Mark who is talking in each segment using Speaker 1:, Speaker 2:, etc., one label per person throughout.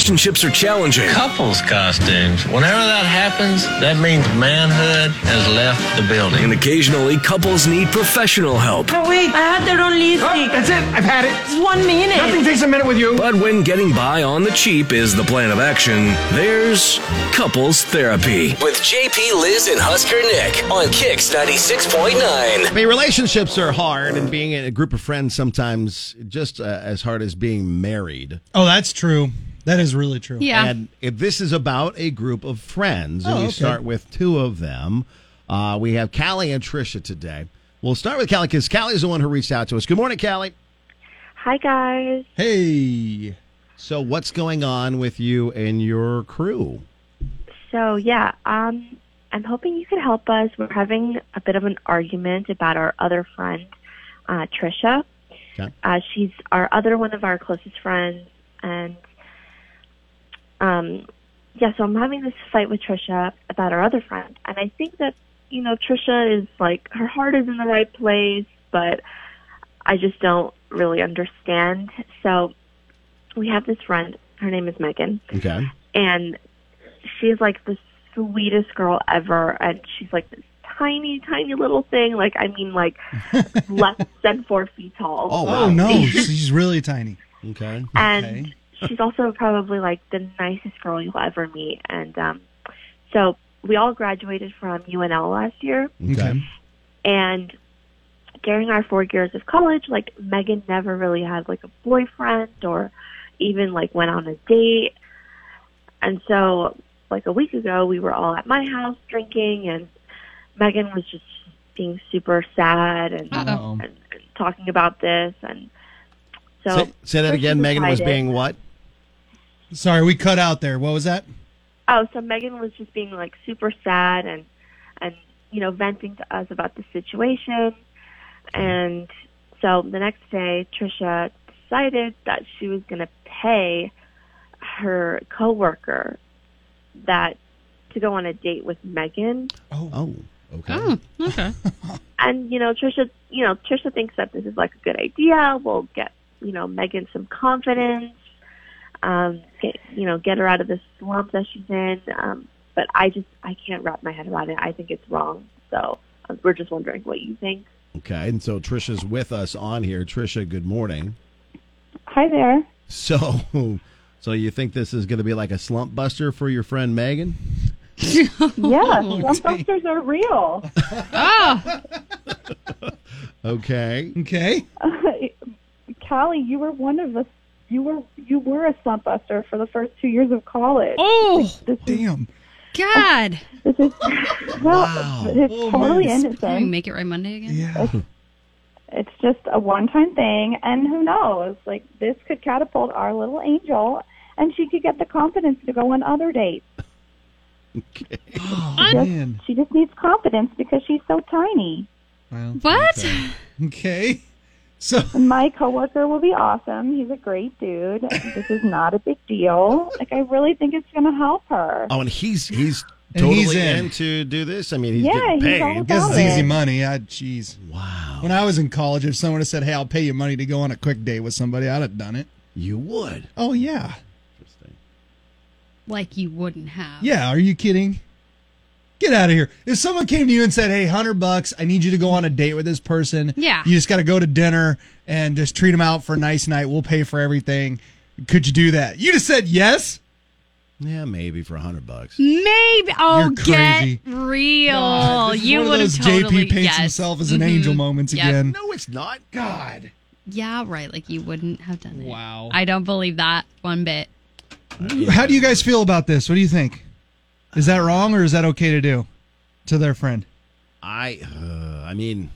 Speaker 1: Relationships are challenging.
Speaker 2: couples costumes. Whenever that happens, that means manhood has left the building.
Speaker 1: And occasionally, couples need professional help.
Speaker 3: Oh, wait, I had that on
Speaker 4: Oh,
Speaker 3: lipstick.
Speaker 4: that's it. I've had it.
Speaker 3: It's one minute.
Speaker 4: Nothing takes a minute with you.
Speaker 1: But when getting by on the cheap is the plan of action, there's couples therapy.
Speaker 5: With JP, Liz, and Husker Nick on Kix 96.9.
Speaker 6: I mean, relationships are hard, and being in a group of friends sometimes just uh, as hard as being married.
Speaker 7: Oh, that's true. That is really true.
Speaker 8: Yeah.
Speaker 6: And if this is about a group of friends, and
Speaker 7: Oh,
Speaker 6: you
Speaker 7: okay.
Speaker 6: start with two of them, uh, we have Callie and Trisha today. We'll start with Callie because Callie is the one who reached out to us. Good morning, Callie.
Speaker 9: Hi guys.
Speaker 7: Hey.
Speaker 6: So, what's going on with you and your crew?
Speaker 9: So yeah, um, I'm hoping you could help us. We're having a bit of an argument about our other friend, uh, Trisha.
Speaker 6: Okay.
Speaker 9: Uh, she's our other one of our closest friends, and um, yeah. So I'm having this fight with Trisha about our other friend, and I think that you know Trisha is like her heart is in the right place, but I just don't really understand. So we have this friend. Her name is Megan.
Speaker 6: Okay.
Speaker 9: and she's like the sweetest girl ever and she's like this tiny tiny little thing like i mean like less than four feet tall
Speaker 6: Oh, wow.
Speaker 7: Oh no, she's really tiny.
Speaker 6: Okay.
Speaker 9: and
Speaker 7: okay.
Speaker 9: she's also probably like the nicest girl you'll ever meet and um so we all graduated from unl last year
Speaker 6: Okay.
Speaker 9: and during our four years of college, like Megan never really had like a boyfriend or even like went on a date. And so like a week ago we were all at my house drinking and Megan was just being super sad and,
Speaker 7: Uh-oh.
Speaker 9: and, and talking about this and so
Speaker 6: Say, say that
Speaker 9: Trisha
Speaker 6: again. Megan was
Speaker 9: decided-
Speaker 6: being what?
Speaker 7: Sorry, we cut out there. What was that?
Speaker 9: Oh, so Megan was just being like super sad and and you know venting to us about the situation. And so the next day, Trisha decided that she was going to pay her coworker that to go on a date with Megan.
Speaker 6: Oh, okay.
Speaker 7: Hmm.
Speaker 8: Oh, okay.
Speaker 9: And you know, Trisha, you know, Trisha thinks that this is like a good idea. We'll get you know Megan some confidence. Um, get you know, get her out of the slump that she's in. Um, but I just I can't wrap my head around it. I think it's wrong. So uh, we're just wondering what you think.
Speaker 6: Okay. And so Trisha's with us on here. Trisha, good morning.
Speaker 9: Hi there.
Speaker 6: So, so you think this is going to be like a slump buster for your friend Megan?
Speaker 9: Yeah, slump busters are real.
Speaker 6: Okay.
Speaker 7: Okay.
Speaker 10: Callie, you were one of the you were you were a slump buster for the first two years of college.
Speaker 8: Oh,
Speaker 7: Damn.
Speaker 8: God.
Speaker 10: This is well, it's
Speaker 7: Oh, man.
Speaker 10: totally
Speaker 8: Can we
Speaker 10: innocent.
Speaker 8: make it right Monday again?
Speaker 7: Yeah.
Speaker 10: It's just a one-time thing, and who knows? Like this could catapult our little angel, and she could get the confidence to go on other dates.
Speaker 7: Oh, man.
Speaker 10: She just needs confidence because she's so tiny.
Speaker 7: Well,
Speaker 8: What?
Speaker 7: okay. So
Speaker 10: My coworker will be awesome. He's a great dude. This is not a big deal. Like I really think it's going to help her.
Speaker 6: Oh, and he's he's
Speaker 7: And
Speaker 6: totally
Speaker 7: he's in.
Speaker 6: to do this. I mean, he's
Speaker 10: Yeah,
Speaker 6: getting
Speaker 10: he's
Speaker 6: paid.
Speaker 10: all about-
Speaker 7: this is
Speaker 10: Got it.
Speaker 7: easy money. I jeez.
Speaker 6: wow,
Speaker 7: When I was in college, if someone had said, "Hey, I'll pay you money to go on a quick date with somebody," I'd have done it.
Speaker 6: you would.
Speaker 7: Oh yeah.
Speaker 6: Interesting.
Speaker 8: Like you wouldn't have.
Speaker 7: Yeah. Are you kidding? Get out of here. If someone came to you and said, "Hey, hundred bucks, I need you to go on a date with this person,"
Speaker 8: Yeah.
Speaker 7: you just got to go to dinner and just treat them out for a nice night. We'll pay for everything. Could you do that? You just said yes.
Speaker 6: Yeah, maybe for a hundred bucks.
Speaker 8: Maybe. Oh,
Speaker 7: You're crazy.
Speaker 8: get real.
Speaker 7: God, this is
Speaker 8: Oh, you
Speaker 7: one of
Speaker 8: would have
Speaker 7: those
Speaker 8: totally.
Speaker 7: JP paints
Speaker 8: yes. Mm-hmm.
Speaker 7: himself as an angel moments
Speaker 8: Yep.
Speaker 7: again.
Speaker 6: No, it's not. God.
Speaker 8: Yeah, right. Like you wouldn't have done it.
Speaker 7: Wow.
Speaker 8: I don't believe that one bit.
Speaker 6: Uh,
Speaker 7: How do you guys feel about this? What do you think? Is that wrong or is that okay to do to their friend?
Speaker 6: I. Uh, I mean,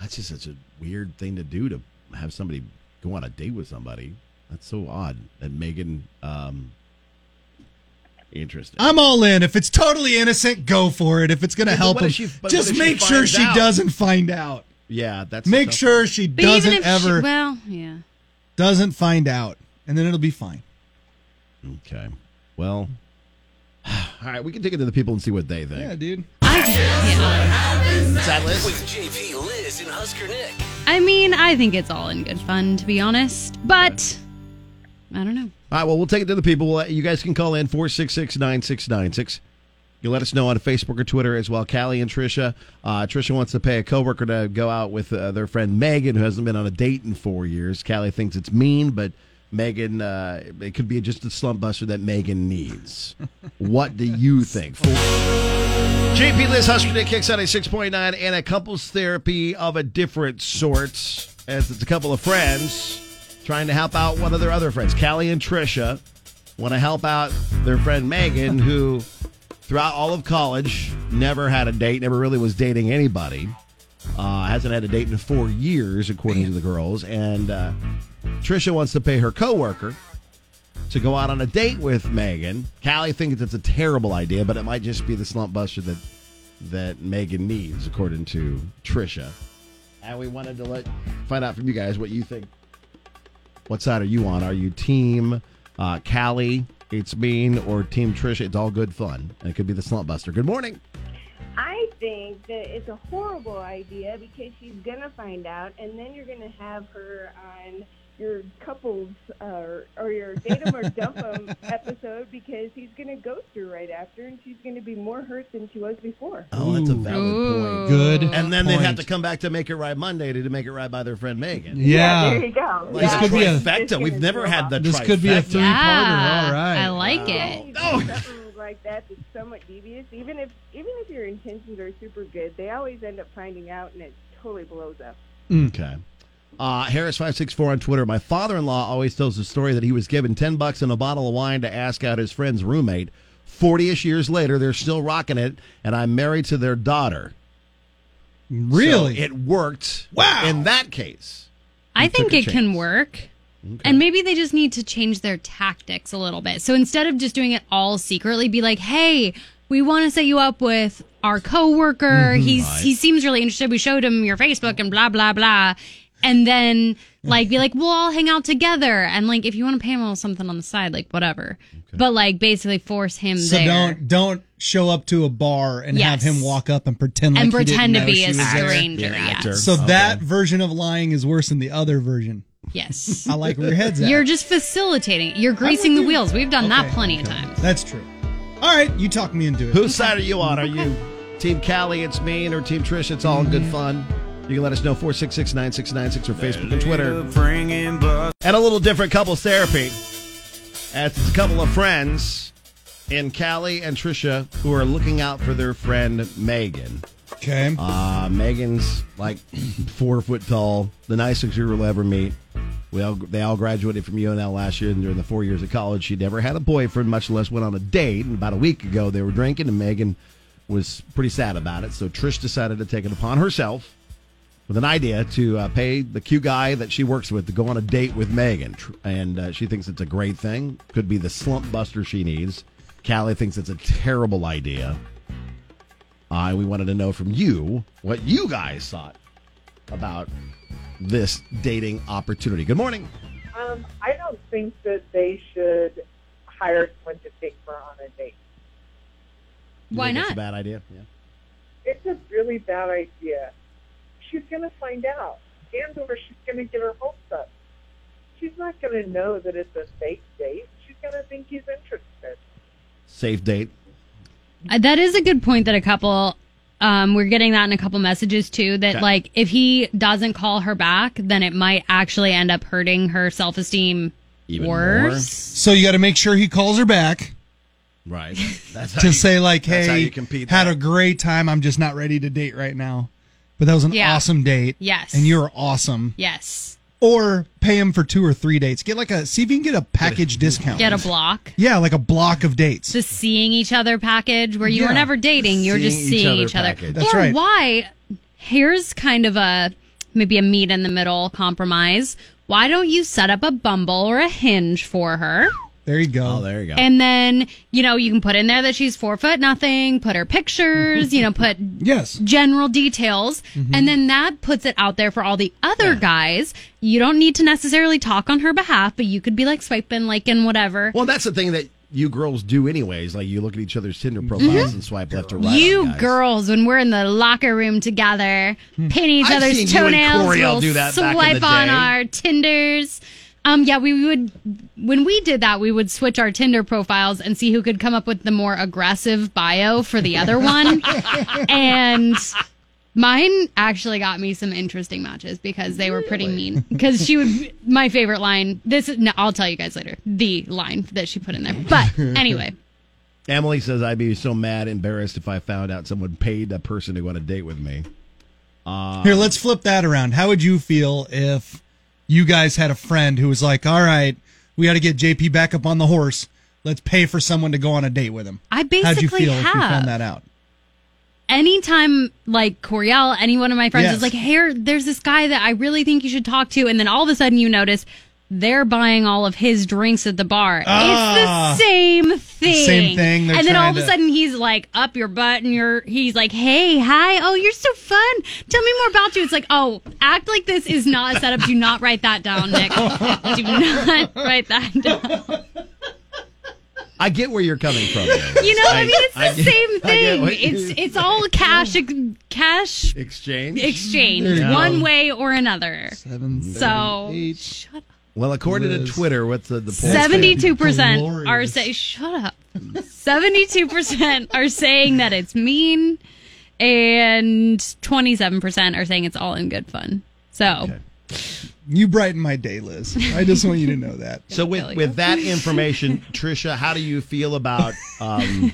Speaker 6: that's just such a weird thing to do to have somebody go on a date with somebody. That's so odd. That Megan. Um, interesting.
Speaker 7: I'm all in. If it's totally innocent, go for it. If it's going to
Speaker 6: Yeah, but
Speaker 7: help
Speaker 6: what
Speaker 7: them,
Speaker 6: if she- but what
Speaker 7: just
Speaker 6: if she
Speaker 7: make sure
Speaker 6: finds
Speaker 7: she
Speaker 6: out?
Speaker 7: doesn't find out.
Speaker 6: yeah, that's a
Speaker 7: Make
Speaker 6: tough-
Speaker 7: sure she
Speaker 8: But
Speaker 7: doesn't
Speaker 8: even if
Speaker 7: ever
Speaker 8: She, well, yeah.
Speaker 7: doesn't find out, and then it'll be fine.
Speaker 6: Okay. Well. All right, we can take it to the people and see what they think.
Speaker 7: Yeah, dude.
Speaker 8: I yeah.
Speaker 5: With JP, Liz, and Husker Nick.
Speaker 8: I mean, I think it's all in good fun, to be honest. But I don't know.
Speaker 6: All right, well, we'll take it to the people. We'll let- You guys can call in 466 9696. You let us know on Facebook or Twitter as well. Callie and Trisha. Uh, Trisha wants to pay a coworker to go out with uh, their friend Megan, who hasn't been on a date in four years. Callie thinks it's mean, but Megan, uh, it could be just a slump buster that Megan needs. what do you think? Four- JP Liz Husker Day kicks out a 6.9 and a couples therapy of a different sort, as it's a couple of friends trying to help out one of their other friends. Callie and Trisha want to help out their friend Megan, who throughout all of college never had a date, never really was dating anybody, uh, hasn't had a date in four years, according to the girls. And uh, Trisha wants to pay her coworker to go out on a date with Megan. Callie thinks it's a terrible idea, but it might just be the slump buster that that Megan needs, according to Trisha. And we wanted to let find out from you guys what you think. What side are you on? Are you team uh, Callie? It's mean or team Trisha? It's all good fun, and it could be the slump buster. Good morning.
Speaker 3: I think that it's a horrible idea because she's gonna find out, and then you're gonna have her on your couples uh, or your date 'em or dump 'em episode because he's gonna ghost her right after, and she's gonna be more hurt than she was before.
Speaker 6: Oh, that's a valid point.
Speaker 7: Good
Speaker 6: And then they'd have
Speaker 7: point.
Speaker 6: to come back to make it right Monday to, to make it right by their friend Megan.
Speaker 7: Yeah.
Speaker 3: there you go.
Speaker 6: Like
Speaker 7: This could be a-
Speaker 6: trifecta. We've never had the
Speaker 7: This could be a
Speaker 6: trifecta.
Speaker 7: Three-parter,
Speaker 8: yeah.
Speaker 7: all right.
Speaker 8: I like it.
Speaker 3: Oh. Something like that that's somewhat devious. Even if even if your intentions are super good, they always end up finding out, and it totally blows up.
Speaker 6: Okay. Uh, Harris564 on Twitter. My father in law always tells the story that he was given 10 bucks and a bottle of wine to ask out his friend's roommate. 40 ish years later, they're still rocking it, and I'm married to their daughter.
Speaker 7: Really?
Speaker 6: So it worked
Speaker 7: Wow.
Speaker 6: in that case.
Speaker 8: I
Speaker 6: You
Speaker 8: think
Speaker 6: took a
Speaker 8: it can
Speaker 6: chance.
Speaker 8: work. And maybe they just need to change their tactics a little bit. So instead of just doing it all secretly, be like, "Hey, we want to set you up with our coworker. He's he seems really interested. We showed him your Facebook and blah blah blah." And then like be like, "We'll all hang out together." And like if you want to pay him a little something on the side, like whatever. But like basically force him
Speaker 7: So
Speaker 8: there.
Speaker 7: don't don't show up to a bar and
Speaker 8: Yes.
Speaker 7: have him walk up and pretend like
Speaker 8: and
Speaker 7: he didn't
Speaker 8: pretend to
Speaker 7: know
Speaker 8: be
Speaker 7: she
Speaker 8: a
Speaker 7: was there.
Speaker 8: stranger. Yes.
Speaker 7: So that version of lying is worse than the other version.
Speaker 8: Yes.
Speaker 7: I like where your head's at.
Speaker 8: You're just facilitating. You're greasing the wheels. We've done that plenty of times.
Speaker 7: That's true. All right, you talk me into it.
Speaker 6: Whose side are you on? Are you Team Callie, it's mean, or Team Trish, it's all in good fun? You can let us know 466 9696 or Facebook and Twitter. And a little different couples therapy. As it's a couple of friends in Callie and Trisha who are looking out for their friend Megan.
Speaker 7: Okay.
Speaker 6: Uh, Megan's like four foot tall, the nicest you will ever meet. We all, they all graduated from UNL last year, and during the four years of college, she never had a boyfriend, much less went on a date. And about a week ago, they were drinking, and Megan was pretty sad about it. So Trish decided to take it upon herself with an idea to uh, pay the cute guy that she works with to go on a date with Megan. Tr- And uh, she thinks it's a great thing. Could be the slump buster she needs. Callie thinks it's a terrible idea. Uh, and we wanted to know from you what you guys thought about this dating opportunity. Good morning.
Speaker 11: Um, I don't think that they should hire someone to take her on a date.
Speaker 6: You
Speaker 8: Why
Speaker 6: think It's
Speaker 8: not?
Speaker 6: a bad idea. Yeah.
Speaker 11: It's a really bad idea. She's going to find out, and or she's going to get her hopes up. She's not going to know that it's a fake date. She's going to think he's interested.
Speaker 6: Safe date.
Speaker 8: Uh, That is a good point that a couple um we're getting that in a couple messages too that
Speaker 6: Okay.
Speaker 8: like if he doesn't call her back then it might actually end up hurting her self-esteem
Speaker 6: Even
Speaker 8: worse.
Speaker 7: So you got to make sure he calls her back
Speaker 6: more. Right. That's how
Speaker 7: to
Speaker 6: you-
Speaker 7: say like,
Speaker 6: that's
Speaker 7: "Hey,
Speaker 6: how you compete
Speaker 7: had
Speaker 6: that.
Speaker 7: a great time. I'm just not ready to date right now, but that was an
Speaker 8: Yeah.
Speaker 7: awesome date.
Speaker 8: Yes.
Speaker 7: and you're awesome.
Speaker 8: Yes.
Speaker 7: Or pay him for two or three dates. Get like a see if you can get a package discount.
Speaker 8: Get a block.
Speaker 7: yeah, like a block of dates.
Speaker 8: The seeing each other package where you were
Speaker 7: Yeah.
Speaker 8: never dating, you were just
Speaker 6: Seeing each
Speaker 8: seeing
Speaker 6: other
Speaker 8: each other.
Speaker 6: package.
Speaker 7: That's
Speaker 8: or
Speaker 7: right.
Speaker 8: why here's kind of a maybe a meet in the middle compromise. Why don't you set up a Bumble or a Hinge for her?
Speaker 7: there you go.
Speaker 6: Oh, there you go.
Speaker 8: And then, you know, you can put in there that she's four foot nothing, put her pictures, you know, put
Speaker 7: Yes.
Speaker 8: general details.
Speaker 6: Mm-hmm.
Speaker 8: And then that puts it out there for all the other guys. You don't need to necessarily talk on her behalf, but you could be like swiping, liking, whatever.
Speaker 6: well, that's the thing that you girls do, anyways. Like you look at each other's Tinder profiles and swipe left or right.
Speaker 8: Mm-hmm. you
Speaker 6: on guys. Hmm.
Speaker 8: girls, when we're in the locker room together, painting each
Speaker 6: I've
Speaker 8: other's
Speaker 6: seen you and
Speaker 8: toenails,
Speaker 6: Corey all
Speaker 8: we'll
Speaker 6: do that back in
Speaker 8: swipe
Speaker 6: the
Speaker 8: on
Speaker 6: day.
Speaker 8: our Tinders. Um, yeah, we would. When we did that, we would switch our Tinder profiles and see who could come up with the more aggressive bio for the other one. and mine actually got me some interesting matches because they were pretty mean. Because she would. My favorite line. This is. No, I'll tell you guys later. The line that she put in there. But anyway,
Speaker 6: Emily says I'd be so mad, embarrassed if I found out someone paid a person to go on a date with me. Uh,
Speaker 7: Here, let's flip that around. How would you feel if you guys had a friend who was like, "All right, we got to get JP back up on the horse. Let's pay for someone to go on a date with him."
Speaker 8: I
Speaker 7: How'd you
Speaker 8: basically
Speaker 7: feel if you
Speaker 8: have.
Speaker 7: found that out?
Speaker 8: anytime like Coriel, any one of my friends
Speaker 7: Yes.
Speaker 8: is like, "Here, there's this guy that I really think you should talk to," and then all of a sudden you notice they're buying all of his drinks at the bar.
Speaker 7: Ah.
Speaker 8: it's the same thing.
Speaker 7: Same thing, they're
Speaker 8: And then all of a
Speaker 7: trying to-
Speaker 8: sudden he's like up your butt, and you're he's like, "Hey, hi, oh, you're so fun. Tell me more about you." It's like, oh, act like this is not a setup. Do not write that down, Nick. Do not write that down.
Speaker 6: I get where you're coming from. though.
Speaker 8: You know, I, mean, it's the
Speaker 6: I get-
Speaker 8: same
Speaker 6: I get
Speaker 8: thing.
Speaker 6: what you-
Speaker 8: It's it's all cash cash
Speaker 6: exchange.
Speaker 8: exchange
Speaker 6: There you go.
Speaker 8: one way or another. so
Speaker 6: Well, according to Twitter, what's the, the poll?
Speaker 8: seventy-two percent are say shut up. Seventy-two percent are saying that it's mean, and twenty-seven percent are saying it's all in good fun. So
Speaker 7: You brighten my day, Liz. I just want you to know that.
Speaker 6: So with with that information, Trisha, how do you feel about um,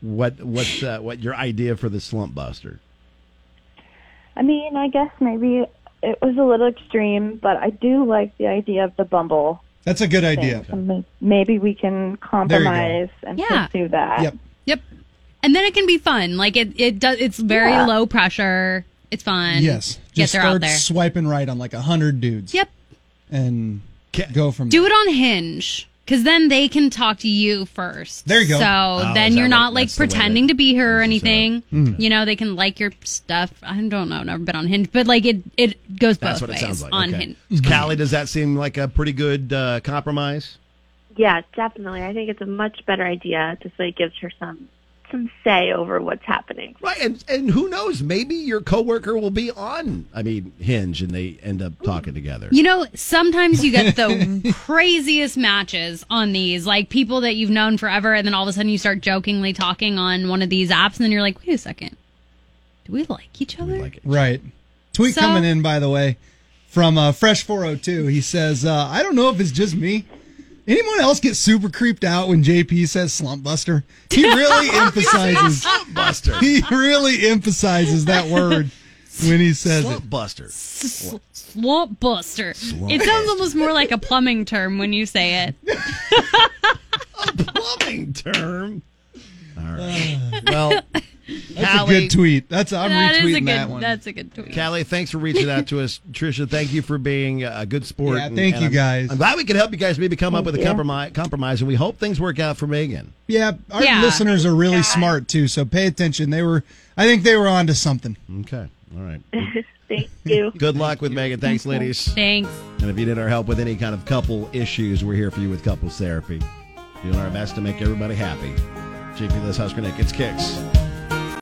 Speaker 6: what what's uh, what your idea for the slump buster?
Speaker 10: I mean, I guess maybe it was a little extreme, but I do like the idea of the Bumble.
Speaker 7: That's a good idea.
Speaker 10: May- Maybe we can compromise and
Speaker 8: Yeah.
Speaker 10: pursue that.
Speaker 7: Yep.
Speaker 8: Yep. And then it can be fun. Like it, it does. It's very
Speaker 10: Yeah.
Speaker 8: low pressure. It's fun.
Speaker 7: Yes.
Speaker 8: Get
Speaker 7: Just
Speaker 8: her
Speaker 7: start
Speaker 8: out there.
Speaker 7: swiping right on like a hundred dudes.
Speaker 8: Yep.
Speaker 7: And go from
Speaker 8: Do it on Hinge because then they can talk to you first.
Speaker 7: There you go.
Speaker 8: So
Speaker 7: Oh, is
Speaker 8: then
Speaker 7: that
Speaker 8: you're not
Speaker 7: what-
Speaker 8: like
Speaker 7: that's the way
Speaker 8: pretending to be her or anything.
Speaker 7: Mm.
Speaker 8: You know, they can like your stuff. I don't know, never been on Hinge, but like it, it goes both
Speaker 6: That's what
Speaker 8: ways
Speaker 6: it sounds like.
Speaker 8: on
Speaker 6: okay.
Speaker 8: Hinge.
Speaker 6: Callie, does that seem like a pretty good uh, compromise?
Speaker 9: Yeah, definitely. I think it's a much better idea. It Just like gives her some some say over what's happening.
Speaker 6: Right, and and who knows? Maybe your coworker will be on. I mean, Hinge, and they end up talking together.
Speaker 8: You know, sometimes you get the craziest matches on these, like people that you've known forever, and then all of a sudden you start jokingly talking on one of these apps, and then you're like, wait a second, do we like each other?
Speaker 7: Right. Tweet
Speaker 8: So-
Speaker 7: coming in, by the way, from uh, Fresh 402. He says, uh, I don't know if it's just me. Anyone else get super creeped out when JP says slump buster? He really emphasizes.
Speaker 6: Slump buster.
Speaker 7: He really emphasizes that word when he says
Speaker 6: Slump buster.
Speaker 8: S- Swamp Buster. it sounds almost more like a plumbing term when you say it.
Speaker 6: plumbing term. All right. Well,
Speaker 7: That's
Speaker 6: Callie-
Speaker 7: a good tweet. That's I'm
Speaker 8: That
Speaker 7: retweeting
Speaker 8: is a good.
Speaker 7: that one.
Speaker 8: That's a good tweet.
Speaker 6: Callie, thanks for reaching out to us. Trisha, thank you for being a good sport.
Speaker 7: Yeah, thank you,
Speaker 6: I'm-
Speaker 7: guys.
Speaker 6: I'm glad we can help you guys maybe come up
Speaker 7: Thank
Speaker 6: with a
Speaker 7: you.
Speaker 6: compromise, compromise, and we hope things work out for Megan.
Speaker 7: Yeah, our
Speaker 8: Yeah.
Speaker 7: listeners are really smart too, so pay attention. They were, I think they were onto something.
Speaker 6: Okay, all right.
Speaker 9: Thank you.
Speaker 6: Good luck with Megan. Thanks, ladies.
Speaker 8: Thanks.
Speaker 6: And if you need our help with any kind of couple issues, we're here for you with couples therapy. Doing our best to make everybody happy. JP Liz Husker Nick, it's Kicks.